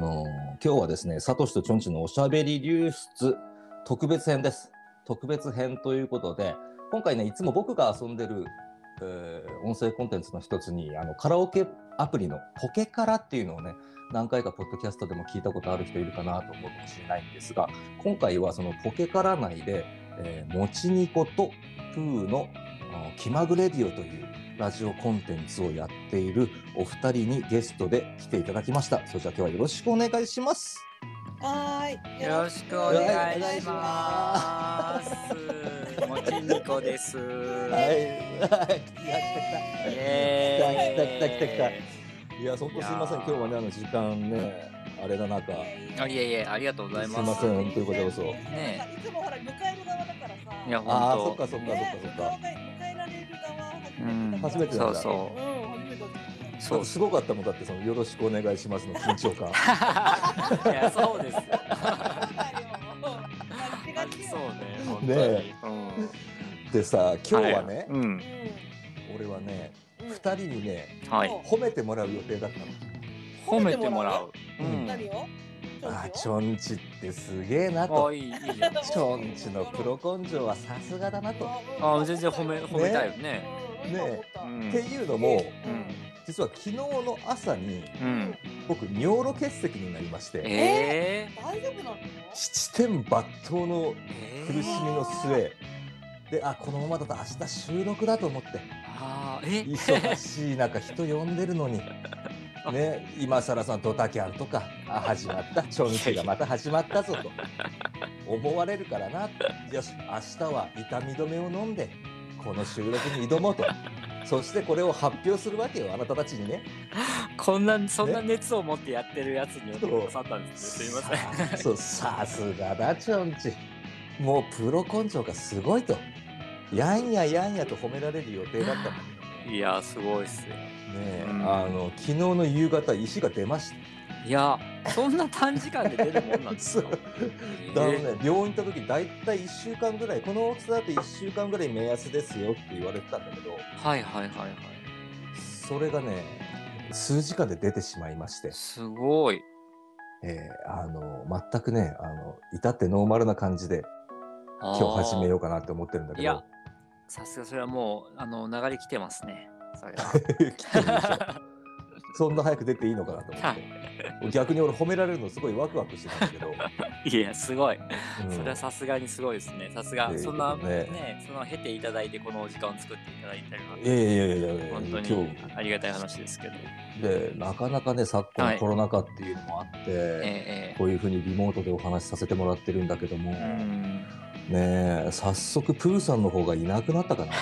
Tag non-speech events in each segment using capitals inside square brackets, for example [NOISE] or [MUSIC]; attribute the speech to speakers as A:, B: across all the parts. A: 今日はですね、サトシとチョンチのおしゃべり流出特別編です。特別編ということで、今回ね、いつも僕が遊んでる、えー音声コンテンツの一つに、あのカラオケアプリのポケカラっていうのをね、何回かポッドキャストでも聞いたことある人いるかなと思うかもしれないんですが、今回はそのポケカラ内で、えー、もちにことプーのあの気まぐれディオというラジオコンテンツをやっているお二人にゲストで来ていただきました。それじゃあ今日はよろしくお願いします。
B: はーい。
C: よろしくお願いします。もちにこです。
A: はい、 [LAUGHS]
C: は
A: はい、
B: イエーイ
A: 来た来た来た来いや、本当すみません。
C: い
A: 今
C: やー
A: 日はね、あの時間ね、あれだなんか。
C: あ、いえいえ、ありがとうございます。
A: すいません本当にこちらこそ
B: ねえいつもほら、迎える側だからさ。
C: いや、
A: ああー、そ
C: 本
A: っかそっか
B: ね
A: そっ
B: え
A: かそっか。
B: 迎えられる側
C: うん
B: 初めてだ
C: そ
B: か
C: う
B: ら
C: そ
B: うん、初めてだった
C: う。そう。
A: すごかったもんだってそのよろしくお願いしますの緊張感。
C: いや、そうですよ。
B: そうだよ。間違ってよ
C: そうね、本当に。
A: ね
C: うん
A: でさ、今日はね、
C: いうん。
A: 俺はね、
B: うん。
A: 二
B: うん
A: 人にね、
C: はい。
A: 褒めてもらう予定だったの。
C: 褒めてもらう。う
A: うん
C: ん。
B: 何を
A: あー、ち
B: ょ
A: ょんちってすげえな
C: あ、
A: と。
C: いい、いいじゃん。
A: ちょんちのプロ根性はさすがだなと。っ
C: あ、全然褒め、褒めたいよ
B: うん
C: ね。
B: うん
A: ね
C: う
B: うん
C: ん
A: て。いうのも、
C: うん。
A: 実は昨日の朝に
C: うん。
A: 僕尿路結石になりまして、
C: えー
B: 大丈夫なの
A: 七点抜刀の
C: え
A: 苦
C: ー。
A: しみの末、で、あ、このままだと明日収録だと思って、
C: あー、え。
A: 忙しい中人呼んでるのに。ね、今更さんドタキャンとかあ始まったちょんちがまた始まったぞと思われるからなよし明日は痛み止めを飲んでこの収録に挑もうとそしてこれを発表するわけよあなたたちにね
C: こんなそんな熱を持ってやってるやつによってくださったんですね。すいません。
A: せんそうさすがだちょんちもうプロ根性がすごいとやんややんやと褒められる予定だったんだけど
C: いやーすごいっすよ。
A: ねえ
C: うん
A: あの昨日の夕方石が出ました
C: いやーそんな短時間で出るもんなんですか。
A: だから
C: えー
A: ね、病院行った時大体1週間ぐらいこの大きさだと1週間ぐらい目安ですよって言われてたんだけど
C: はいはいはいはい。
A: それがね数時間で出てしまいまして、
C: すごい。
A: えーあの全くねあの至ってノーマルな感じで
C: 今
A: 今日始めよ
C: う。
A: うかなって思ってるんだけ
C: いや
A: ど
C: さすがそれはもうあの流れ来てますね。それは
A: [LAUGHS] 来てるでしょそんな早く出ていいのかなと思って逆に俺褒められるのすごいワクワクしてたんだ
C: [LAUGHS]
A: けど、
C: いやすごい。
A: うん
C: それはさすがにすごいですね。さすが
A: えー
C: そんな
A: ね
C: ねその経ていただいてこのお時間を作っていただいたりはい
A: やいやいやいやいや
C: 本当
A: 今
C: にありがたい話ですけど。
A: 日でなかなかね昨
C: は
A: 今
C: い
A: コロナ禍っていうのもあって。
C: えーえ
A: こういうふうにリモートでお話しさせてもらってるんだけども、
C: ー。う
A: ね
C: ん。
A: え早速プーさんの方がいなくなったかな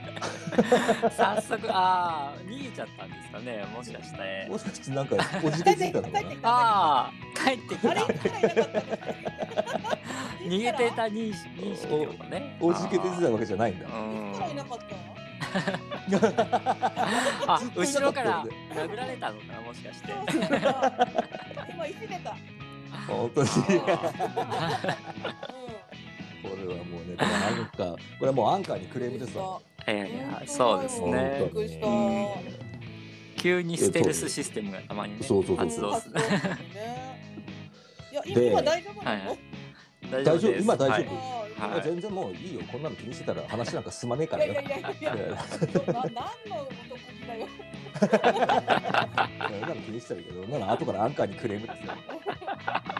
C: [LAUGHS] 早速ああ逃げちゃったんですかねもしかして
A: もしかしてなんかおじ
B: 帰
A: け
B: っ
A: づ
B: て
A: い
B: き
A: た
B: た
A: の
B: 帰
A: かな
B: っ
C: [LAUGHS]
B: てきた
C: ああ帰ってき
B: あれ
C: た
B: 行ったらいなかったんだって
C: [LAUGHS] 逃げてた認識認識ってことね
A: おじけ出てたわけじゃないんだ
C: う
B: 行
C: ん
B: ったらいなかったの
C: あ
A: ずっといなか
C: 後ろ
A: った
C: か
A: よ
C: ら
A: ね
C: 殴られたのかなもしかして
B: そうそうそう今いじれた。うん。
A: [LAUGHS] 本当にこ
C: あ
A: れはもうねこれはなんかこれはもうアンカーにクレームですわ
C: ーいやいやそうです
A: 本
C: ね
A: 当に
B: びっくりし
C: 急にステルスシステムがたまにね
A: そうそう
B: た。
A: そう
C: 発
A: そ
C: 動
A: う
C: す
B: う
C: る
B: ん発動するねいや、今大丈夫な
C: は
B: の
C: い？大
A: 丈夫今大丈夫
C: はい
B: あ
C: はい
A: 全然もういいよこんなの気にしてたら話なんか進まねえか
B: ー
A: ら
B: い
A: よ
B: やいやいや
A: い
B: いや。
A: やいや
B: な何の男気だよ。
A: [LAUGHS] そんなの気にしてたけどなら後からアンカーにクレームですよ [LAUGHS]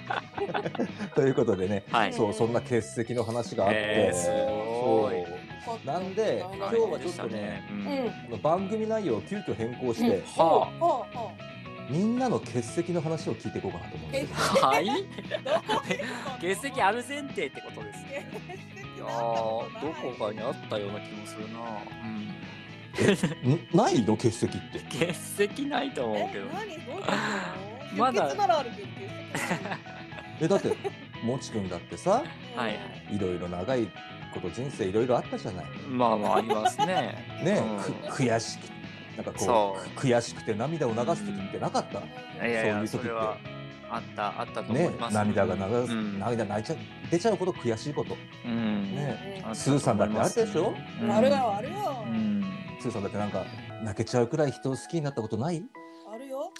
A: ということでね
C: はい
A: そうそんな欠席の話があって、
C: えーすごい
A: そうなんで今日はちょっとね
B: うん。
C: うん
A: あの番組内容を急遽変更 [LAUGHS] して、
C: は
B: あ。はあは
A: みんなの欠席の話を聞いていこうかなと思うんだけど
B: 欠
C: あはい [LAUGHS]
B: あ。どこに行くの
C: 欠席
B: [LAUGHS]
C: ある前提ってことですね
B: 欠席
C: いや
B: なんか
C: ー
B: ない
C: どこかにあったような気もするな、うん、
A: ん [LAUGHS] ないの欠席って
C: 欠席ないと思うけ
B: え
C: ど、
B: 何どういうこ
C: [LAUGHS] ま
B: と
C: だ
B: 出血ならあるけど出血ない。
A: えだってもちくんだってさ
C: はいはい
A: いろいろ長いこと人生いろいろあったじゃない
C: まあまあありますね
A: [LAUGHS] ね、
C: うん
A: く悔しくなんかこ
C: そう
A: く悔しくて涙を流す時ってなかった、
C: いやいや
A: そういう時って
C: それはあったあったと思
A: ね
C: います、
A: 涙が流す、
C: うん
A: 涙泣いちゃう出ちゃうほど悔しいこと
C: うん
A: ね
C: あったと思います
A: スーさんだってあるでしょ
C: うん
B: あるよあるよ、
C: うん
A: つーさんだってなんか泣けちゃうくらい人を好きになったことない
B: あるよ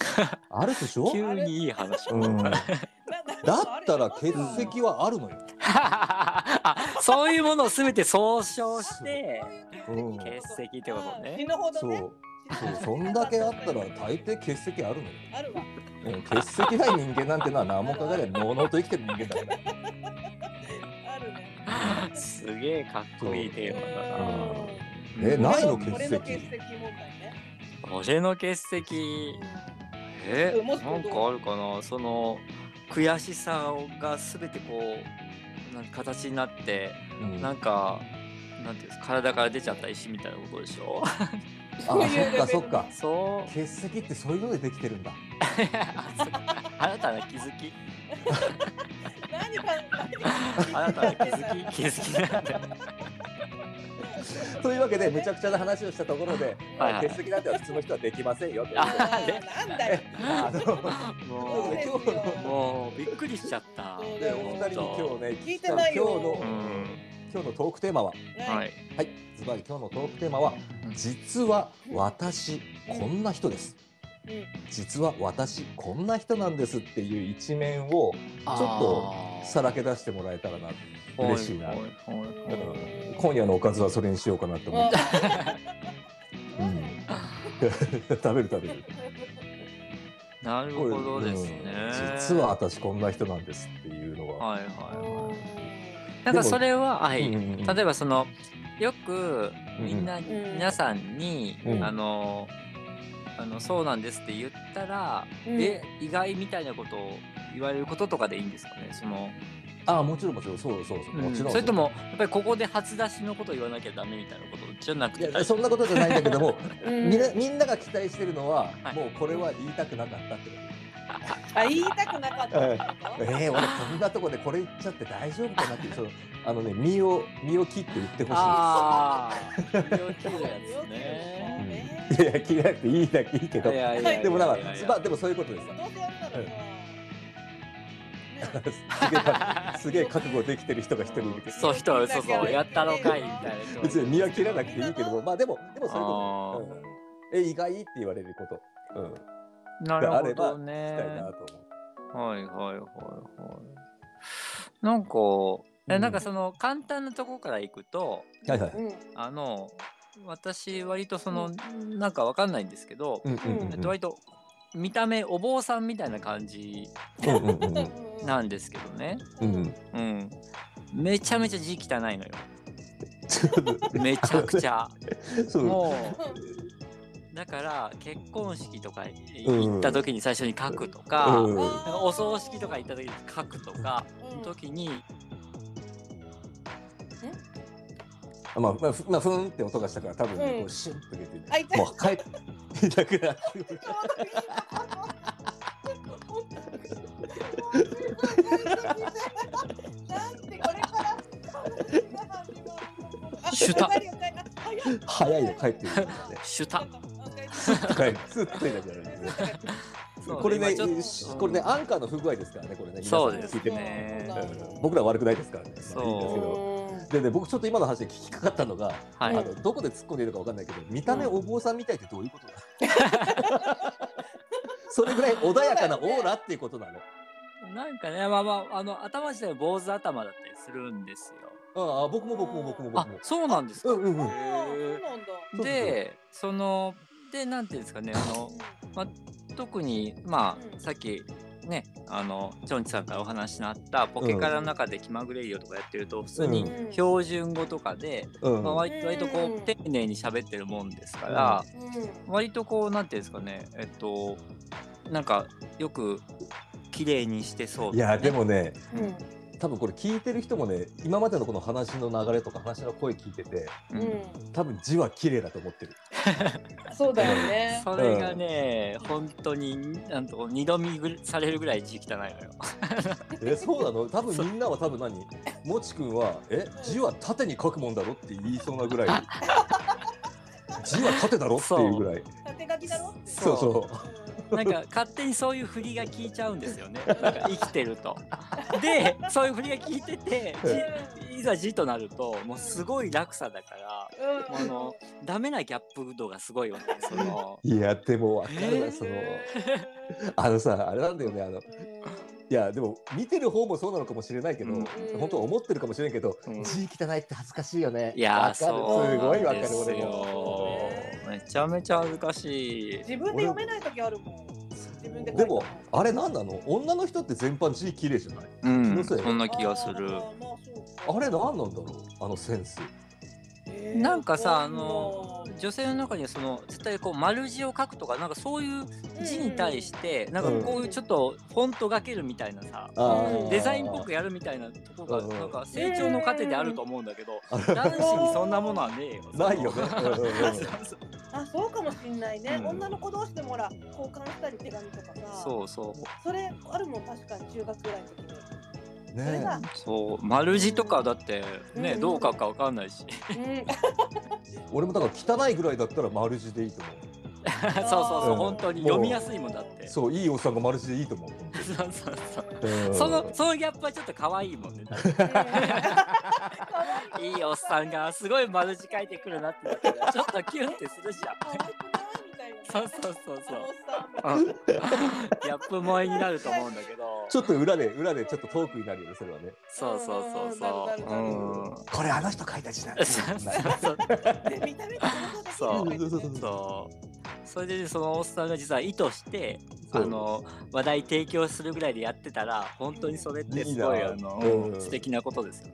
A: あるでしょ
C: 急にいい話
A: うん
C: を、
B: な
A: だったら欠席はあるのよ。
C: あそういうものをすべて総称して
A: うん
C: 欠席ってこと
B: 死
C: ね。
B: ぬほど
A: そ
B: ね
A: うそうそんだけあったら大抵欠席あるのよ。
C: [LAUGHS]
B: あるわ
A: うん欠席ない人間なんてのは何も考えないのうのうと生きてる人間だから。
B: あるね
C: すげえかっこいいテーマだな。
A: え
B: うん
A: ないの欠席
B: 俺の欠席問題ね
C: 俺の欠席え
B: うんもし
C: なんかあるかなその悔しさが全てこうなんか形になって
A: うん
C: なんかなんていうんですか体から出ちゃった石みたいなことでしょ [LAUGHS]
B: そういうレベル
A: あそっか
C: そう [LAUGHS]
A: 欠席ってそういうのでできてるんだ。
C: 新たな気づき
B: 何か
C: 新たな気づ
A: [LAUGHS]
C: き気づきなんだ
A: というわけでむちゃくちゃな話をしたところで、
C: [LAUGHS] はいはい
A: 欠席なんて普通の人はできませんよということで。
B: あーなんだ
C: [LAUGHS]
B: よ
A: あの今
C: も
A: 日
B: そうですよ
C: うもうびっくりしちゃった
B: そうだ
A: で
B: よ
A: お二人に今日ね
B: 聞いてないよ
A: 今日の
C: うん
A: 今日のトークテーマは
C: は
B: ね
C: い
A: はいズバリ今日のトークテーマは実は私こんな人です。
B: うん
A: 実は私こんな人なんですっていう一面をちょっとさらけ出してもらえたらな。
C: あー
A: 嬉しいな
C: ほほほほ
A: だから今夜のおかずはそれにしようかなと思って。うん、 [LAUGHS] 食べる食べる。
C: なるほどですね
A: うん実は私こんな人なんですっていうのは。
C: はいはいは
B: う
C: いなんかそれははい、例え
A: ば
C: ばそのよく
A: うん
C: みんな、
B: ん
C: 皆さんに、
A: うん
C: あのあのそうなんですって言ったら、
B: ん
C: え意外みたいなことを言われることとかでいいんですかねその、
A: あもちろんもちろんそうそうそう、もちろん
C: それともやっぱりここで初出しのことを言わなきゃダメみたいなことじゃなく
A: い
C: て
A: やそんなことじゃないんだけども、
B: うん
A: みんなみんなが期待してるのは、
C: はい
A: もうこれは言いたくなかったってこと。
B: あ言いたくなかったってこと
A: えー、俺こんなとこでこれ言っちゃって大丈夫かなっていう [LAUGHS] そのあのね身を身を切って言ってほし
C: ああ身を切るや
B: よ
C: つ
B: く
C: ね
B: ね
A: いです。いや切らなくていいだけいいけど、
C: いやいやいやいや
A: [LAUGHS] でもなんか
C: いやいや
A: まあでもそういうこと [LAUGHS] です。
B: どうせやるならさ、ね
A: すげえかすげえ覚悟できてる人が一人いるけど。
C: そう人は嘘そうやったろかいみたいな人
A: 別に身は切らなくていいけども、まあでも、でもそういう
C: あ
A: こ
C: ー
A: とね、うんえ、意外って言われること、うん、
C: なるほど
A: したい
C: ね
A: なと思う。
C: はいはいはいはい。なんか、
A: う
C: え
A: ん
C: なんかその簡単なところからいくと、
A: はいはい。
B: うん
C: あの、私割とその、
B: う
C: なんかわかんないんですけど、
A: うんうん
C: えっと割と見た目お坊さんみたいな感じ
A: うんうんうんうん
C: なんですけどね。
A: うんうん。
C: うん。めちゃめちゃ字汚いの
A: [LAUGHS]
C: よ。めちゃくちゃ。
A: そう。
C: もう、だから結婚式とか行った時に最初に書くとか、
A: うん
C: なんかお葬式とか行った時に書くとか、時に、
A: まあ、まあ、ふまあ、ふーんって音がしたから、多分ね、
B: うん
A: こう、シュンって出て
B: あ痛い
A: もう、帰って。いなくなってくる。早いよ、帰ってくるんだね。
C: シュタ。
A: 帰って、すっといなくなるんですね。これね、これね、アンカーの不具合ですからね、これね。皆さん
C: そうです
A: 聞いても
C: ね。
A: うん僕らは悪くないですからね。
C: そう
A: いいんですけど。でね、僕ちょっと今の話で聞きかかったのが、
C: はい
A: あ。のどこで突っ込んでいるのかわかんないけど見た目お坊さんみたいってどういうことだ、
B: [LAUGHS]
A: それぐらい穏やかなオーラっていうことなの。
C: なんかね、まあまあ、あの頭自体は坊主頭だったりするんですよ。
A: ああ僕も僕も僕も
C: あ
A: 僕も、。
C: そうなんです
A: う
C: か。
A: んうんうん。そう
C: で、その、で、なんていうんですかね、あの、特に、まあ、さっき。ね、あのチョンチさんからお話のあったポケカラの中で気まぐれよとかやってると普通に
B: うん
C: 標準語とかで、
A: うん
C: まあ、割割とこ
B: うん
C: う丁寧に喋ってるもんですから、割とこうなんていうんですかねえっとなんかよく綺麗にしてそう
A: いやでもね
C: うん
A: 多分これ聞いてる人もね今までのこの話の流れとか話の声聞いてて
C: うん
A: 多分字は綺麗だと思ってる。
B: そうだよね。
C: それがね、本当になんと二度見ぐらされるぐらい字汚
A: [LAUGHS]
C: いのよ。
A: えそうな
C: [LAUGHS]
A: の多分みんなは多分何もちくんは「え字は縦に書くもんだろ?」って言いそうなぐら
C: [LAUGHS]
A: い字は縦だろっていうぐらい
B: 縦書きだろ。
A: そうそう
C: なんか勝手にそういう振りが効いちゃうんです
A: [LAUGHS]
C: よね。なんか生きてると。でそういう振りが効いててじいざ字となるともうすごい落差だから。あのダメなギャップ度がすごいわけその
A: いやでも分かるわその
B: え
A: あのさあれなんだよねあのいやでも見てる方もそうなのかもしれないけど、
C: うん
A: 本当は思ってるかもしれんけど、
C: うん
A: 字汚いって恥ずかしいよね
C: いやー
A: わかる
C: そう
A: すごいわか
C: で
A: る
C: す
A: 俺も
C: よめちゃめちゃ恥ずかしい
B: 自分で読めない時あるもん。自分で書い
A: で
B: たの
A: もあれなんなの女の人って全般字綺麗じゃないう気の
C: ん
A: せい
C: そんな気がする
B: あーまあそう
A: あ
B: か
A: れなんなんだろうあのセンス
B: えー
C: なんかさあの
B: わかんない
C: 女性の中にはその絶対こう丸字を書くとかなんかそういう字に対してなんかこういうちょっとフォントがけるみたいなさ
A: あー
C: デザインっぽくやるみたいなとこが
A: うん
C: なんか成長の糧であると思うんだけど
A: あ
C: 男子にそんなものはねえよ
A: ない
C: [LAUGHS]
A: よねうんうんうん
B: あそうかもしんないね、
C: うん
B: 女の子同士でもほら交換したり手紙とかさ
C: そうそう
B: それあるもん確かに中学ぐらいの時にそれ
A: ね
B: が
C: そう丸字とかだってね
B: うん
C: どう書くかわかんないし
B: うん
A: 俺もだから汚いぐらいだったら丸字でいいと思
C: [LAUGHS] [LAUGHS] そうそうそう
A: うん
C: 本当に
A: もう
C: 読みやすいもんだって
A: う
C: そ
A: そういいおっさんが丸字でいいと思う
C: うそうそう
A: うん
C: そのそのギャップはちょっと可愛いもんねいいおっさんがすごい丸字書いてくるなってだけでちょっとキュンってするじゃん
B: 可愛くないみたいな
C: そうそうそう
B: あのおっさん
C: そううん [LAUGHS] ギャップ萌えになると思うんだけど
A: ちょっと裏で裏でちょっとトークになるよねそれはね
C: そうそうそう
B: な
C: そ
B: る
C: う
B: なるなる
C: うん
A: これあの人書いた字なんだ
C: そうそう
B: で見た目って
C: そ
B: こと
C: う
B: ですよ
C: そう
B: ね
C: そうそれでそのおっさんが実は意図してあ
A: そう
C: の話題提供するぐらいでやってたら本当にそれってすごい
A: いいな
C: あの
A: うん
C: 素敵なことですよね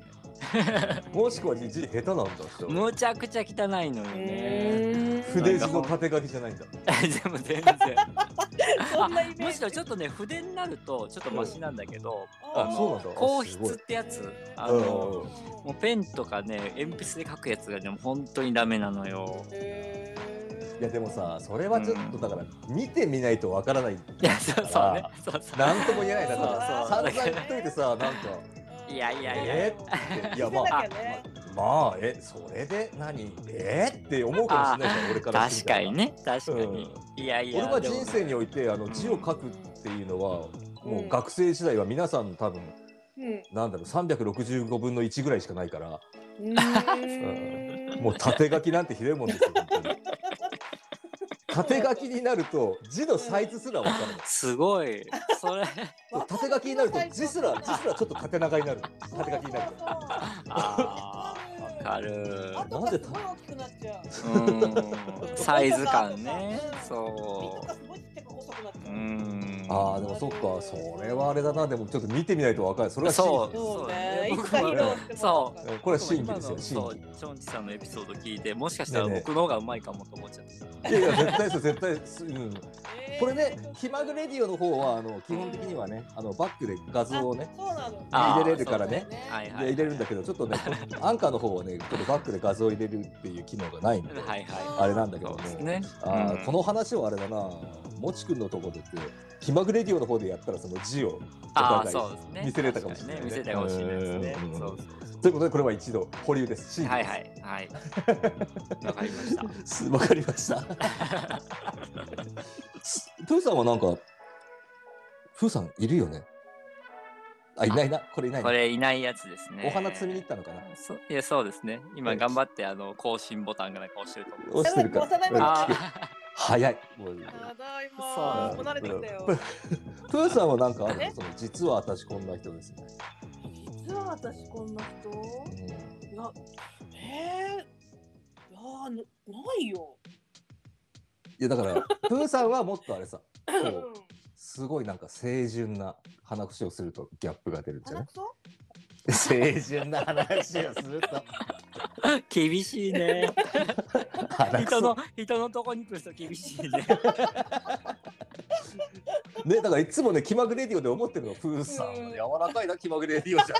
A: もしくは字下手なんだ人
C: むちゃくちゃ汚いのよね
A: 筆字の縦書きじゃないんだ
C: でも全然
B: [LAUGHS] そんなイメージ
C: むしろちょっとね筆になるとちょっとマシなんだけど
A: あそうなんだす
C: 硬筆
A: ごい
C: ってやつあ
A: うん
C: のもうペンとかね鉛筆で書くやつがねもう本当にダメなのよ
B: へー
A: いやでもさそれはちょっとだから見てみないとわからない
C: いやそうそうねそうそう
A: なんとも言えないだから
C: そう
A: 散々
C: そう
A: 言っといてさなんか
C: いやいやいや
A: えー
C: [LAUGHS]
A: っていやまあ
B: 見せなきゃね
A: まあえそれで何えーって思うかもしれないじゃん俺から
C: 確
A: してみた
C: からにね確かに、いやい
A: 俺
C: や
A: は人生においてあ
C: う
A: の
C: ん
A: 字を書くっていうのはもう
B: うん
A: 学生時代は皆さん多分
B: うん
A: なんだろう365分の1ぐらいしかないから
B: うーん
A: もう縦書きなんてひどいもんですよ本当に縦書きになると字のサイズすらわかる
C: すごい
A: [LAUGHS]
C: それ
A: 縦書きになると字すら字すらちょっと縦長になる縦書きになる
C: あーわかる
B: あとがすごい大きくなっちゃう。
C: うんサイズ感ね
B: 身と
C: そ
B: かすごいちっちゃく細くなっ
C: うう
B: ちゃう。
C: ん
A: あーでもそっかそれはあれだなでもちょっと見てみないとわかんないそれは真
C: そう
B: そうね。い
C: そう
B: つか披露しても
A: 偽
B: ら
A: これは真偽で
C: 今の
A: すよ真
C: そうチョンチさんのエピソード聞いてもしかしたら
A: ねえねえ
C: 僕の方がうまいかもと思っちゃった、
A: 偽いやいや絶対ですよ絶対ですうん
B: えー
A: これね、ひまぐレディオの方はあの基本的にはね、あのバックで画像をね、
B: そうなの。
C: あー
A: 入れれるからね。
C: はい
A: で
C: はい
A: 入れるんだけど、ちょっとね、アンカーの方はね、ちょっとバックで画像を入れるっていう機能がないんで、
C: はいは
A: あれなんだ
C: い
A: けど
C: そう
A: も
C: です、ね
A: あー
C: うん
A: この話はあれだな、もちくんのとこでて、ひまぐレディオの方でやったらその字をお
C: ああ
A: 互い
C: そうですね
A: 見せれたかもしれないね
C: 確に見せたかもしれないですね
A: うん
C: そうそうそう
A: ということで、これは一度保留です。真
C: はいはい
A: [LAUGHS]
C: はいわかりました
A: す [LAUGHS] わかりま
C: [LAUGHS]
A: した。すトイさんはなんか、ふーさんいるよね。あ、いないな、これいないな
C: こ。れいないやつですね
A: お花摘みに行ったのかな。
C: そいやそうですね今頑張ってあの更新ボタンがなんか押してると思う
A: 押してるから。
B: 幼い
A: うん
B: ま
C: あ
B: ま
A: 早い。もう
B: ただい
C: そ
B: ま。
A: う
B: もう慣れてきたよ。
A: 豊さんはなんかある
B: え
A: その実は私こんな人ですね。
B: 実は私こんな人。いや、えー。いやーなないよ。
A: いやだから豊さんはもっとあれ [LAUGHS] さ、こ
B: う。
A: うんすごいなんか清純な話をするとギャップが出るんじゃない
B: 鼻く？そ？
A: [LAUGHS] 清純な話をすると
C: [LAUGHS] 厳しいね
A: [LAUGHS] 鼻く
C: 人
A: そ
C: の人のとこに来る人厳しいね
A: ねだからいつもね気まぐれディオで思ってるの豊さんはね柔らかいな気まぐれディオじゃん。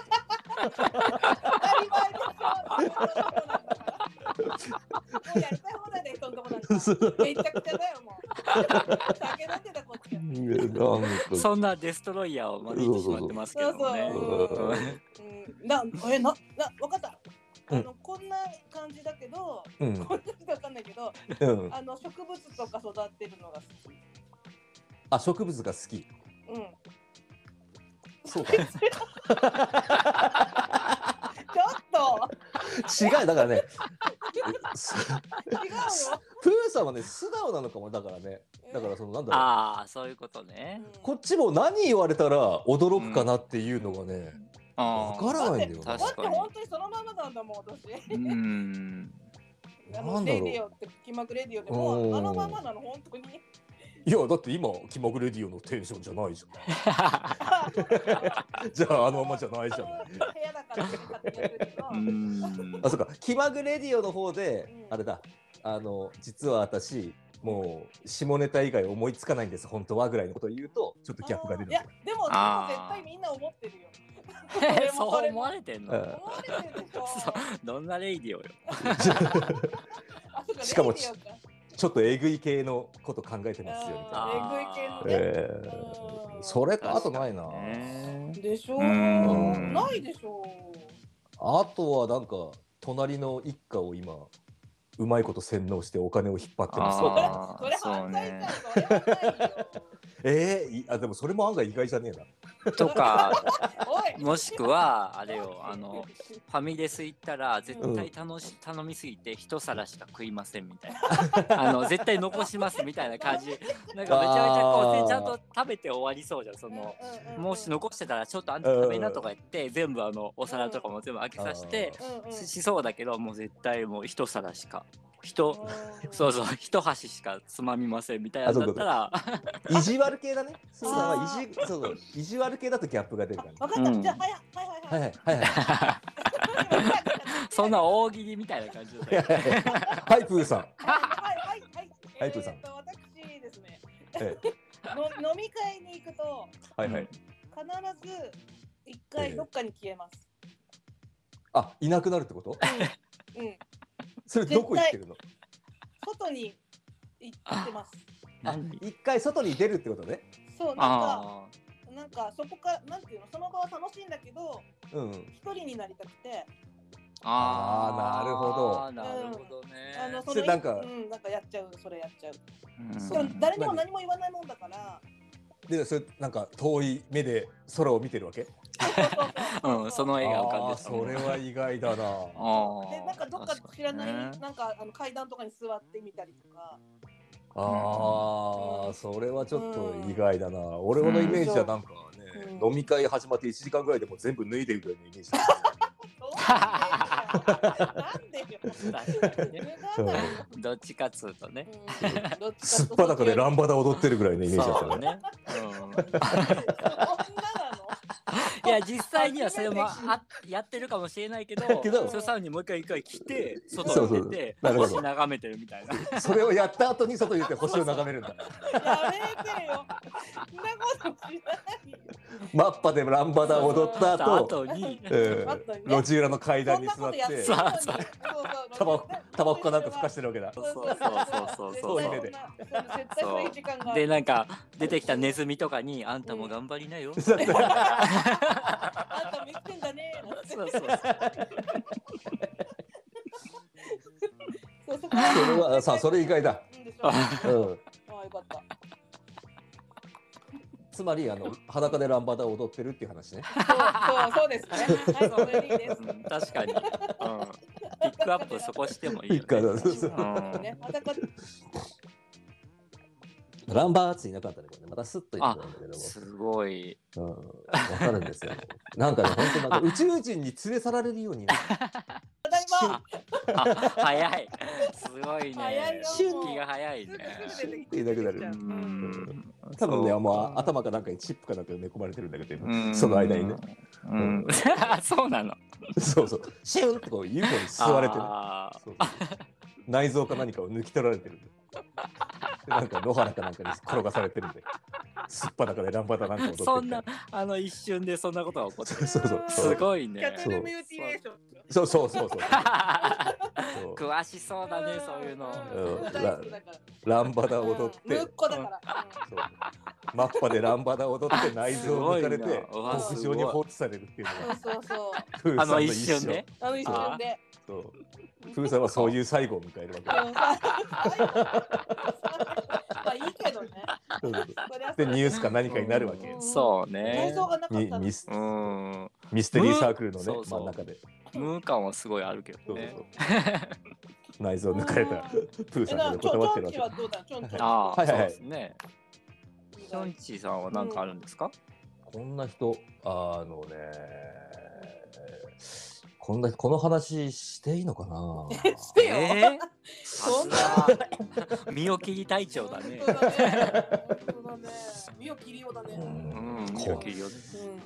B: 当たり前でそう。もうやりたい放題で人のとこなんか。めちゃくちゃだよもう。酒飲んでたこっ [LAUGHS] ち。
A: なんか
C: そんなデストロイヤーを招いてしまってますけどもね
B: そう
A: そう
C: うん
B: うんなえななわかった。あ
A: う
B: のこんな感じだけど、
A: うん
B: こんな感じわかんないけど、
A: うん。
B: あの植物とか育てるのが好き。
A: あ植物が好き。
B: うん。ち
A: そうか。
B: ょっと
A: 違うだからねす
B: 違うよ。
A: プーさんはね素直なのかもだからねだからそのなんだろう
C: ああそういうことね。
A: こっちも何言われたら驚くかなっていうのがね、
C: わ
A: わからないんだよ
B: だ
A: な
B: っ
C: 確
B: て本当にそのままなんだもん私。
C: うん。
B: あ
A: な
B: の
A: んだ
B: レ
A: ろ
B: ディ
A: う
B: オって気まぐれディオでもうあのままなの本当に。
A: いやだって今気まぐれディオのテンションじゃないじゃんじゃああのままじゃないじゃん
B: 部屋だから勝手にやってるけど
C: う。ん
A: あそうか気まぐれディオの方で、
B: うん
A: あれだあの実は私もう下ネタ以外思いつかないんです本当はぐらいのことを言うとちょっとギャップが出る
B: いやでもでも絶
C: あー
B: 対みんな思ってるよ。
C: え
B: それもそ
C: [LAUGHS] そう
B: れ
C: 思
B: も
C: われてんの、
A: うん
B: 思われてるでしょ。
C: そうどんなレイディオよ。
B: あそう
A: しかも
B: レディオか
A: [LAUGHS] ちょっとえぐい系のこと考えてますよみたいな、
B: あー
C: ー
B: えぐい系のね。
A: えーそれとあとないな、
C: ね
B: でしょ
C: うん
B: ないでしょ
A: あとはなんか隣の一家を今うまいこと洗脳してお金を引っ張ってます
C: あー
B: それ
C: そう
B: 犯罪じゃ
C: ね
B: んそれはないよ
A: えー、いあでもそれも案外意外じゃねえな
C: とか
B: おい
C: もしくはあれよあのファミレス行ったら絶対楽し、頼みすぎて一皿しか食いませんみたいな [LAUGHS] あの絶対残しますみたいな感じなんかめちゃめちゃこ
A: あー
C: うちゃんと食べて終わりそうじゃんその
B: うんうんうん
C: もし残してたらちょっとあんた食べなとか言って全部あのお皿とかも全部開けさせて
B: うんうん
C: しそうだけどもう絶対もう一皿しか一そううそう一箸しかつまみませんみたいなのだったら
A: 意地悪系だねそうだ
B: あ
A: わ
B: ー
A: 意地そうそう意地悪系だとギャップが出るから、
B: 分かった、
C: うん
B: じゃあはいはいは
A: ね、
B: い
A: は
B: は
A: いいはいはいはい
C: そんな大喜利みたいな感じだったよね
A: はいプーさん
B: はいはいはい
A: はいプーさん
B: えーと私ですね
A: え
B: の飲み会に行くと
A: [LAUGHS] はいはい、
B: 必ず一回どっかに消えます、
A: あいなくなるってこと [LAUGHS]
B: うん
A: それどこ行ってるの
B: 外に行ってます
A: あ一回外に出るってことね
B: そうなんか
C: あー
B: なんかそこからなんていうのその場は楽しいんだけど
A: うんうん
B: 一人になりたくて
A: あーなるほど
C: なるほどね。
B: あの
A: そ
B: そ
A: れ
B: の
A: なんか
B: うん、なんかやっちゃうそれやっちゃう
C: うん
A: そ
B: でも誰にも
A: 何
B: 何も言わないもんだから
A: でそれなんか遠い目で空を見てるわけ
C: うん、その絵が浮かんで
A: あー
C: た。
A: それは意外
C: [LAUGHS]
A: だな
C: あ
B: でなんかどっか知らない、
C: 確か
B: なんかあの階段とかに座ってみたりとか
A: あ
B: う
A: あ
B: ん
A: それはちょっと意外だな俺のイメージはなんかね
B: うん
A: 飲み会始まって1時間ぐらいでもう全部脱いでるぐらいのイメージだ
B: [LAUGHS] なんでよ
C: 確かにね
B: 無駄だよ
C: に [LAUGHS] どっちかっつうとね。
B: うんどっち
A: すっぱだかでラ
B: ン
A: ンバダ踊ってるぐらいのイメージだった
C: そう
A: ね
C: ね。うん
B: そんななの
C: いや実際にはそれもあやってるかもしれないけど、
A: けど
C: それさらにもう一回一回来て外に出て
A: そうそうなるほど
C: 星眺めてるみたいな。
A: それをやった後に外に出て星を眺めるんだ
B: やめてよそんなことしないよ
A: マッパでランバダ踊った
C: あ
A: 後
C: とに
A: え
B: 後に
A: [LAUGHS] ー
B: ね
A: 路地裏の階
B: そ
A: 段
B: ん
A: に
B: な
A: 座
B: こ
A: っ
B: とやって
A: て
B: たのに
C: そう
A: タバコタバコかなんか吹かしててるわけだ
B: そ
C: そうう
B: そうそう
C: そうそうそうそう
A: そう
B: 絶対そういう時間が
C: でなんか出てきたネズミとかにあんたも頑張り
A: [LAUGHS]
C: なよ。そう
B: あんた見つけんじゃねえなんて
C: そうそう。
B: そうそ
A: それはさそれ意外だ
B: うんでしょあ
A: うん
B: あよかった
A: つまりあの裸でランバダ踊ってるっていう話ね
B: そうそうそうですねはいそれでいいです
C: うん確か
A: [LAUGHS]
C: に、うん、ピックアップそこしてもいいよ、ね。
A: 一家だそうそう
C: うん
B: ね裸
A: ランバーっていなかったね、これねまたスッと言ってたんだけども
C: すごい。
A: うん、わかるんですよ。なんかね、本当なんか宇宙人に連れ去られるよう [LAUGHS] にね、
B: ただいま
C: あ早い。すごいね。
B: 早いよ
A: 瞬
B: もう
C: 気が早いね。
B: すぐ出てき
A: いなくなる
B: 出てきちゃう
C: う
B: うん
C: ん
A: 多分ね、
C: そう
A: もう頭かなんかにチップかなんか埋め込まれてるんだけど、
C: う
A: 今
C: ん
A: その間にね、。
C: うんそうなの。
A: そうそう、シュンってこう UFO に吸われてる。
C: あー
A: そうそう内臓か何かを抜き取られてるんで。でなんか野原かなんかに転がされてるんで、すっぱだかでランバダなんか踊ってる
C: そんな、あの一瞬でそんなことが起こってる。
A: そうそうそう
C: すごいね
B: キ。ャトルミューティレーション
A: そうそうそうそう。そう
C: 詳しそうだね、そういうの。
B: うん
A: うん
B: 大好きだから
A: ランバダ踊って。
B: うんむっこだから
A: そうマッパでランバダ踊って内臓を抜かれ
C: すごい
A: て
C: なうわ
A: 牧場に放置されるっていうの
B: う
A: が
B: んそうそうそう
A: プーさ
C: あ
A: んの
C: の一
A: 一生
C: 瞬で。
B: あの一瞬で
A: そうプーさんはそういう最後を迎える
B: で
A: わ
B: もさまあいいけどね
A: けそうそうそう
B: そりゃそう
A: でニュースか何かになるわ
B: う
A: け
B: ん
C: そうね
B: 内。臓がなかっ
A: に
B: たの
A: ミス
C: うん。
A: ミステリーサークルのね
C: そうそう
A: 真ん中で
C: ムー感はすごいあるけ
A: そ
C: ど
A: う
C: ね。
A: そう内臓を抜かれたプー
B: え、
A: さ
B: なんんか
A: が
B: チョ
A: 断って
B: ョ
A: るわ
B: ンキ
A: け
B: はどうだチョンキは
C: ああ、
A: はいはいはい
C: そうですね。ションチーさんは何かあるんですか、
A: こんな人あのねこんなこの話していいのかな
B: してよ、
C: えー、
B: そんな
C: さすが [LAUGHS] 身を切り隊長だね。
B: 本当だね。本当だね。身を切りようだね。
A: う
B: うん
A: ん
C: うん、身を
A: こ
C: 切りよね。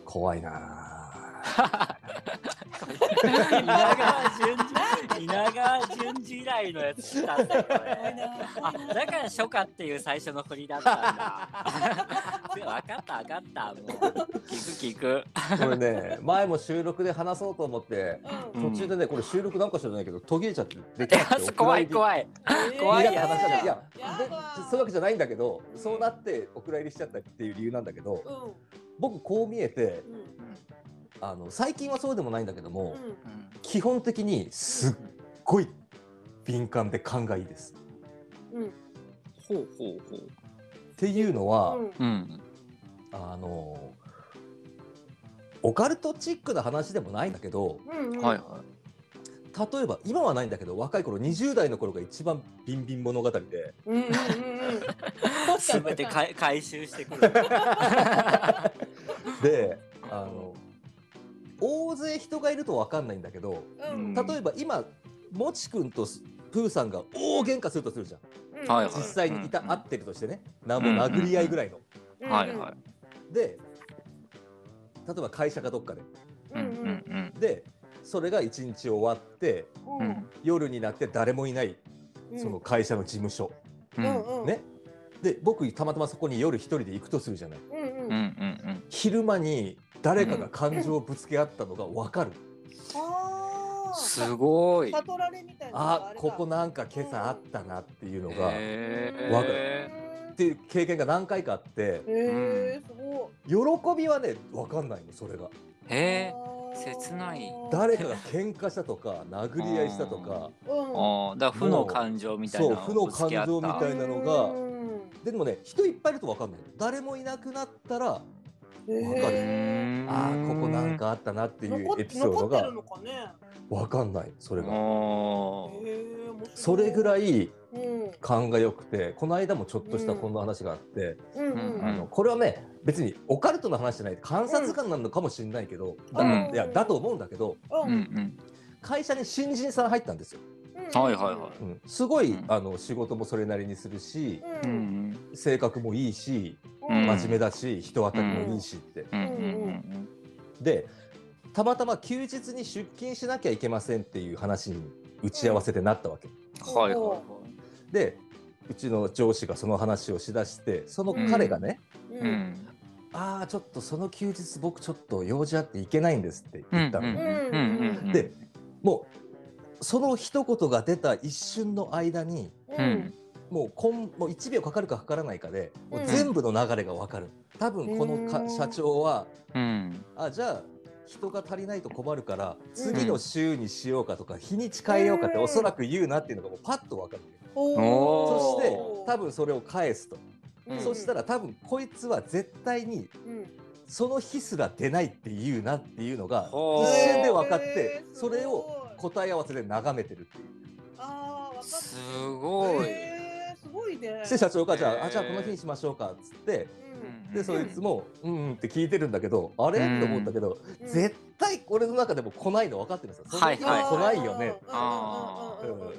A: 怖いな
C: 稲川淳二、稲川淳二以来のやつ来たんだよ、こ
B: 怖い
C: れ。
B: な
C: あ、だから初夏っていう最初の振りだったん [LAUGHS] だ。でわかった、わかった、もう。聞く、聞く。
A: これね前も収録で話そうと思って
B: うん
A: 途中でねこれ収録なんかしたじゃないけど途切れちゃってできなくて
B: [LAUGHS]
C: え怖い、
A: い
C: 怖い。
B: えー
C: 怖いや
A: や
C: つ
A: 話したいや
B: や
A: で
B: だ
A: そういうわけじゃないんだけどそうなってお蔵入りしちゃったっていう理由なんだけど
B: うん
A: 僕こう見えて
B: うん
A: あの最近はそうでもないんだけども、
B: うん
C: うん
A: 基本的にすっごい敏感で勘がいいです。
B: うん
C: ほうほうほう。
A: っていうのは、
B: うん
C: うん。
A: あのオカルトチックな話でもないんだけど
B: うんうん
C: はいは
A: 例えば今はないんだけど若い頃20代の頃が一番ビンビン物語で
B: うんうんうんうん [LAUGHS]
C: い。すべてかい回収してくる。
A: であの大勢人がいると分かんないんだけど
B: うん
A: 例えば今もちくんとプーさんが大喧嘩するとするじゃん
B: うん
C: はいはい
A: 実際にいた、
C: うんうん
A: 会ってるとしてねなんも殴り合いぐらいの。
B: うん
C: はいはい。
A: で例えば会社かどっかで。
B: うんうん
C: ん
A: でそれが一日終わって
B: う
C: うんん
A: 夜になって誰もいないその会社の事務所、
C: う
B: うん
C: ん
B: うん
A: ねで僕たまたまそこに夜一人で行くとするじゃない
B: うんうん
C: うんうん
A: 昼間に誰かが感情をぶつけ合ったのが分かる、
B: あ
C: うん。
B: ー
C: すごい。
B: パトラレみたいなのが
A: あ
B: あれだ
A: ここなんか今朝あったなっていうのが、っ
C: へー
A: わかていう経験が何回かあって
B: へえすごい
A: 喜びはね分かんないのそれが
C: へえ。
B: あー
C: 切ない
A: 誰かが喧嘩したとか殴り合いしたとか
B: うん
C: ああ、だから負の感情みたい
A: そう
C: な
A: 負
C: のを
A: の
C: ぶつけ合
A: 感
C: った。
A: 情みたいなのが
B: うん
A: でもね人いっぱいいると分かんない誰もいなくなったらわかる
B: へ
C: うーん
A: ああここなん。かあったなって
B: ー
A: いう
B: 残っ
A: エピソード
B: 残って
A: が
B: るのかね
A: 分かんないそれが
C: おー
A: それぐ
B: い、
A: らい
B: うんうん
A: 勘が良くてこの間もちょっとしたこんな話があって、
B: うん
A: あのこれはね別にオカルトの話じゃない観察官なのかもしれないけど、だ
C: うん
A: いやだと思うんだけど
C: うんうん。
A: 会社に新人さん入ったんですよ、
C: はいはいは
A: うんすごい、
C: うん
A: あの仕事もそれなりにするし
B: い
C: うん
B: うん
A: 性格もいいし
C: う
A: 真
C: ん
A: 面目だし人当たりもいいしって、
C: うんうんうん
A: でたまたま休日に出勤しなきゃいけませんっていう話に打ち合わせでなったわけ。
C: うん。はいはいは
A: でうちの上司がその話をしだしてその彼がね、
C: い。うん
A: ああちょっとその休日僕ちょっと用事あって行けないんですって言ったの、
B: ん
C: うん
A: で、もうその一言が出た一瞬の間に
B: う
C: うんん、
A: もうこんもう1秒かかるかかからないかでもう
B: うん
A: 全部の流れが分かる多分このか
B: うん
A: 社長は
C: うん
A: あじゃあ人が足りないと困るから次の週にしようかとか日にち変えようかって
B: うん
A: おそらく言うなっていうのがもうパッと分かる
C: お
A: そ
C: ー
A: して多分それを返すと
C: うん
A: そした、ら多分こいつは絶対に
B: うん
A: その日すら出ないって言うなっていうのが
C: ほ
A: 一
C: う
A: 瞬で分かって
B: へー
A: それを
B: すごい
A: 答え合わせで眺めてるっていう。
B: あーわかっ
C: すごい。
B: へーすごいね
A: して社長がじゃあ,、
C: へー
A: あじゃあこの日にしましょうかっつって
B: うん
A: でそいつも「うんうん」って聞いてるんだけどあれ
C: うん
A: と思ったけど、
B: うん
A: 絶対俺の中でも来ないの分かってるんですよ。その
C: はい
A: 日は来ないよね、
B: あー
A: う
B: うんんうんうんうん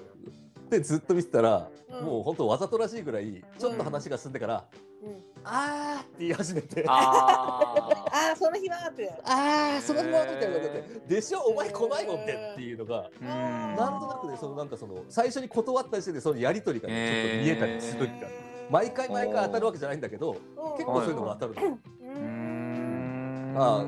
A: でずっと見てたら、
B: うん
A: もうほんとわざとらしいぐらいちょっと話が進んでから
B: うん
A: 「あー」って言い始めて「あ
C: ああ。
B: あーその日はーって
A: ーその日も」みたいなこと
C: へ
A: で「でしょお前来ないもんね」っていうのが。
C: うん
A: なんとなくね、そのなんかその最初に断ったりしてそのやり取りがね、ちょっと見えたりする時がある毎回毎回当たるわけじゃないんだけど、結構そういうのが当たるの。
B: う
C: うんん
A: あ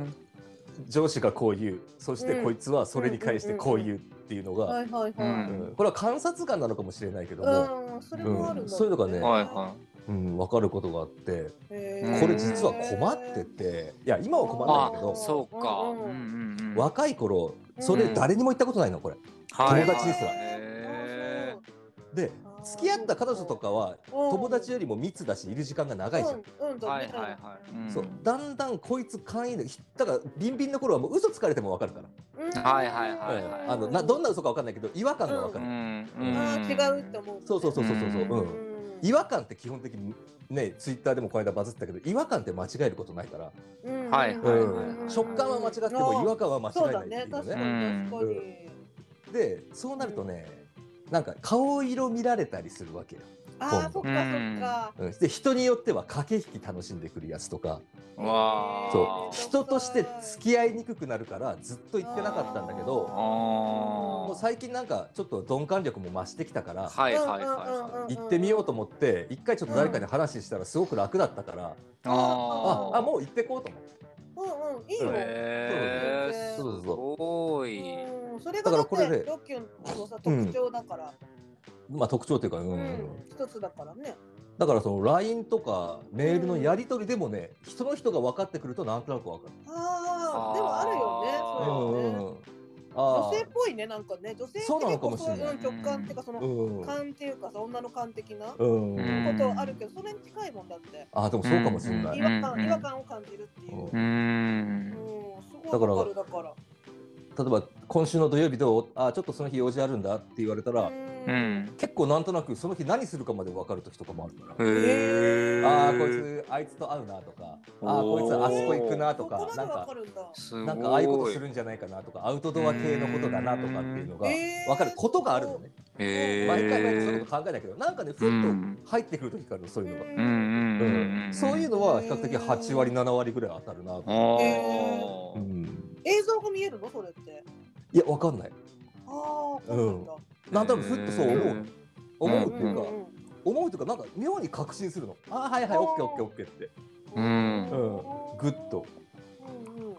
A: 上司がこう言うそして
B: うん
A: こいつはそれに返してこう言うっていうのが、
B: はいはいは
C: う
B: い
C: ん
A: うんこれは観察官なのかもしれないけども、
B: うん、それもあるんだ、
A: うんそういうのがね
C: はいは
A: うん、分かることがあって
B: い。
C: うん
A: これ実は困ってていや今は困らないけ
C: い。
A: ど
C: そうか。
B: うんうん
C: ん
A: 若い頃それ誰にも言ったことないのこれ。
C: はい
A: 友達ですわ
C: へー
A: で付き合った彼女とかは友達よりも密だしいる時間が長いじゃん。
B: うん、うん、と
C: はい
B: み
C: は
B: た
C: い
B: い
C: は。
B: ない
C: うん
A: そうだんだんこいつ簡易でだからビンビンの頃はもう嘘つかれてもわかるから、
B: うん
C: はいはいはいはい
A: あのなどんな嘘かわかんないけど違和感がわか
C: う
A: る、
C: ん
A: ん
B: あ
C: ん
B: ー違うって思う。
A: そうそうそうそうそうそう、うん
B: うん
A: 違和感って基本的にねツイッターでもこの間バズってたけど違和感って間違えることないから、
B: うん
C: はいはいはいはい
B: うん
A: 食感は間違っても違和感は間違
B: そう
A: えな
B: だ
A: いってい
B: ね
A: うね
B: 確かに確かに、
A: でそうなるとねなんか顔色見られたりするわけよ、
B: ああそっかそっか、
A: うん、で人によっては駆け引き楽しんでくるやつとか
C: わあ。
A: そう
B: あー
A: 人として付き合いにくくなるからずっと言ってなかったんだけど
C: あ
A: もう最近なんかちょっと鈍感力も増してきたから、
C: あ。はいはいはいはい。
A: 行ってみようと思って一回ちょっと誰かに話したらすごく楽だったから、あ
C: あ
A: あもう行ってこうと思って
B: うんうんいいうよ、
A: ん
C: へえ。す
A: そうそうそう
C: ごい。
B: うんそれ
A: だか
B: がだ
A: ら
B: っ
A: これね
B: てロキュンのさ特徴だから、
A: まあ特徴というか、うん
B: う
A: うんん
B: 一つだからね
A: だからその LINE とかメールのやり取りでもね、その人が分かってくるとなんとなく分かる。
B: あ
C: あー
B: あでもある
A: う
C: そ
A: ん
B: よ
A: う
B: ねそういうのね、
A: んうんあ
B: 女性っぽいねなんかね女性って
A: そうなの
B: 結
A: かも
B: 構
A: し
B: そ
A: れ
B: う
A: ない
B: うん直感っていうかそ
A: ーう
B: の
A: ん
B: 感っていうかさ女の感的なこ
A: うん
C: うん
B: とあるけどそれに近いもんだって
A: あでもそうかもしれな
C: うん
A: い
B: 違
A: だ
B: 和
C: う
B: 感
C: ん
B: 違和感を感じるっていううんうん
C: うーん。
B: すごいわかるだから
A: 例えば今週の土曜日どうあちょっとその日用事あるんだって言われたら、
C: う
B: うん
C: ん。
A: 結構なんとなくその日何するかまで分かる時とかもあるから、
C: へえ。
A: あーこいつあいつと会うなとかあーこいつあそこ行くなとか
B: そこま
A: な
B: で
A: ん
B: わ
A: か
B: かるんだ
C: すごい。
A: なんかああいうことするんじゃないかなとかアウトドア系のことだなとかっていうのが
B: うんえー
A: 分かることがあるのね、
C: へえ。
A: 毎回毎回そういうこと考えないけどなんかねふ
C: う
A: っ
C: ん
A: と入ってくる時からそういうのが、
C: うんうんうん
A: う
C: うん。
A: んそういうのは比較的
B: うん
A: 8割7割ぐらい当たるなと、
C: あ
B: へ
C: あ
A: う。ん
B: 映像が見えるのそれって
A: いや分かんない
B: ああわかるんだ
A: なんとなくふっとそう思う、思うっていうか、
B: ん
A: 思うっていうかなんか妙に確信するのあーはいはい
B: うん
A: オッケーオッケーオッケーって
C: うん
A: うんぐっと
B: うんうん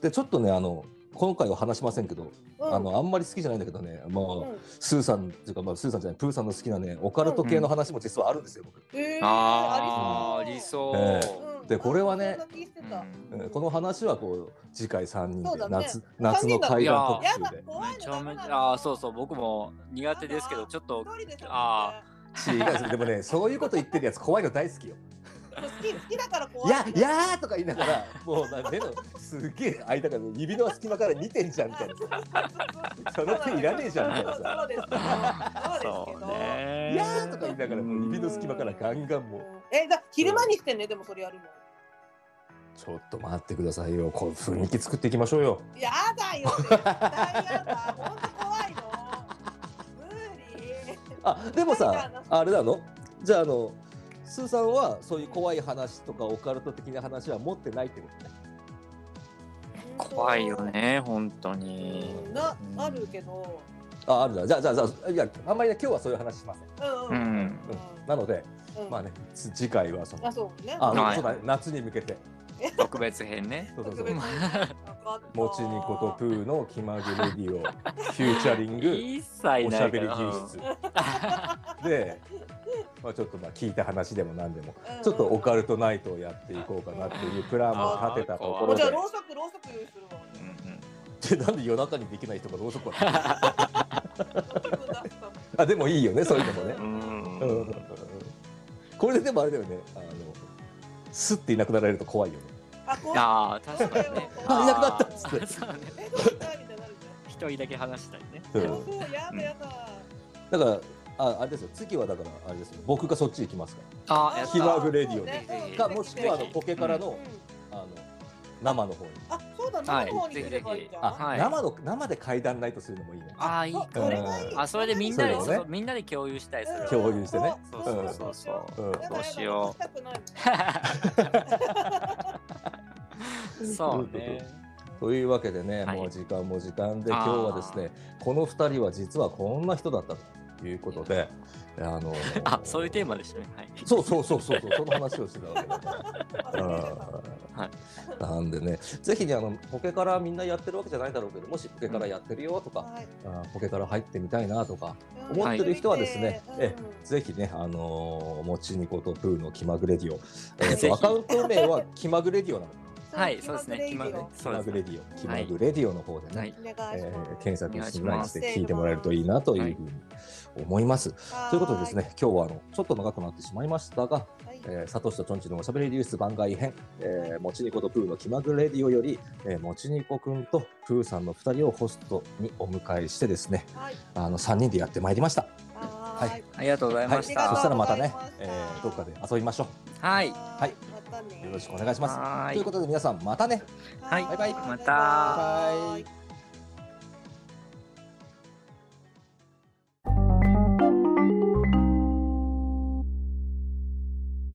A: でちょっとねあの今回は話しませんけど、
B: うん
A: あのあんまり好きじゃないんだけどねまあ、
B: うん
A: スーさんっていうか、まあ、スーさんじゃないプーさんの好きなねオカルト系の話も実はあるんですよ、僕
B: えー
C: ああ、
B: あ
C: 理
B: りそう
C: 想。
A: え
B: うん
A: でこれはね
B: あそんな気してた
A: えーこの話はこう次回3人
B: そう
A: で
B: だね
A: 夏,、夏の海岸特
B: やだ
A: 集で
B: 怖い
C: め
B: の
C: ちゃ
B: ダメ
C: めち
B: な
C: ゃ、
B: の
C: ああ、そうそう、僕も苦手ですけど、ちょっと。
B: 一人でさ
C: あ
A: 違うでもねそういうこと言ってるやつ怖いの大好きよ
B: 好き好きだか
A: 「
B: ら
A: い
B: 怖い
A: やいやー」とか言いながらもうな目のすげえ間が指の隙間から見てんじゃんみたいなその手いらねえじゃんみたいな
B: そ
A: さ
B: うですそうですけど
A: 「い
C: ね
A: やー」とか言いながらもう指の隙間からガンガンもう
B: えだ昼間にしてねでもそれやるの
A: ちょっと待ってくださいよこう雰囲気作っていきましょうよ
B: やだよ絶対やだ本当怖いの無理
A: あでもさあれなのじゃああのスーさんはそういう怖い話とかオカルト的な話は持ってないってことね
C: 怖いよね、本当に。
B: なあるけど
A: ああるなじゃあじゃあじゃあいやあんまりね今日はそういう話しません
B: うんう
C: うんん。
A: うんなので、
B: うん
A: まあね、つ次回はその、
B: あそうね
A: あの
C: はい
A: そうだね夏に向けて、
C: 特別編ね。
A: そうそう
B: 特
A: そう
B: 別に。
A: もちにことプーの気まぐれディオ、フューチャリング、
C: 一切ない
A: おし
C: か
A: ゃべり
C: ら。
A: 技術。で、まあ、ちょっとまあ聞いた話でも何でも、
B: うん
A: ちょっとオカルトナイトをやっていこうかなっていうプランも立てたとこ
B: も
A: ろ
B: う
A: で
B: じゃあ、ろうそくろうそく用意する
A: で、
B: わ。
A: なんで夜中にできない人がろうそくは
B: 気分出すため
A: [LAUGHS] あ、でもいいよね、そういうのもね
C: う。ん。
A: う
C: うん
A: んうんうんこれででもあれだよね、あの、すっていなくなられると怖いよね。
B: あ、こう。
C: ああ、確かにね。
A: [LAUGHS] あいなくなったっつ
C: あ
A: って
C: ーそうね
B: え、どうしたみたいになる
C: 一人だけ話したりね。
A: うん
B: じゃん。そうそう、やだやだ。
A: だから、ああれですよ、次はだから、あれですよ、僕がそっち行きますか
C: あ
B: あ
C: あ、やっ
A: 気ま
C: た。
A: ぐれディオ
B: ね
C: ぜひぜひ
A: ら。か、もしくはあの
C: うん
A: ポケから
B: うん
A: の、あの、生の方に。
B: あ、そうだ、
C: はい
B: 生の方に来ればいいじゃん。
A: あ、
C: はい
A: 生の、生で階段ないとするのもいいね。
C: ああ、いい
B: あ
C: か
B: そ
C: も
B: れ。がいい。
C: あ、それでみんなで、
A: そ
C: そうう
A: だね
C: そうみんなで共有したい、それ
B: うん
C: は。
A: 共有してね
C: そうそうそうそう。
A: うん。
B: やだやだ
C: どうしよう
B: 行きたくない
C: [LAUGHS] そうね。
A: というわけでね、
C: はい
A: もう時間も時間で、
C: あ
A: 今
C: ー
A: 日はですね、この二人は実はこんな人だったということで、あの
C: [LAUGHS] あ、そういうテーマでしたね。はい。
A: そうそうそうそうそう、その話をしてたわけだから。
B: あ
A: うん
C: はい
A: なんでね、ぜひね、あの、ポケからみんなやってるわけじゃないだろうけど、もしポケからやってるよとか、
B: はい
A: あーポケから入ってみたいなとか、
B: うん
A: 思ってる人はですね
B: うん
A: えぜひね、あのー、もちにことプーの気まぐれディオ、えー
C: [LAUGHS] ぜ
A: と
C: ひ
A: アカウント名は気まぐれディオなの。
B: そう
C: はい、そうですね。
B: 気
C: 気
B: ま
C: ま
B: ぐれ
A: 気
C: そう
A: ま
C: です
A: ぐ
C: ね
A: レディオ、気まぐレディオの方でね、
C: はい。
B: お願
A: え
B: いし
A: ー
B: ます。
A: 検索してもらっ
B: お願い
A: て
B: します
A: 聞いてもらえるといいなというふうに思います。ということでですね、今日はあのちょっと長くなってしまいましたが、
B: はい。
A: えー、サトシとチョンチのおしゃべりリュース番外編、えー、もちにことプーの気まぐれレディオより、えー、もちにこくんとプーさんの2人をホストにお迎えしてですね、
B: はい。
A: あの3人でやってまいりました。
B: は
A: は
B: ーい。
C: ありがとうございまし
B: ありがとう
A: そした
C: た。
A: らまたね
B: ありがとうございました、
A: えー、どっかで遊びましょ
C: はい。
B: はー
A: はい。
B: またね。
A: う。よろしくお願いします。
C: はーい
A: ということで皆さんまたね。
C: はい
A: バイバイ
B: はー
C: また
B: バイバイ
A: バイ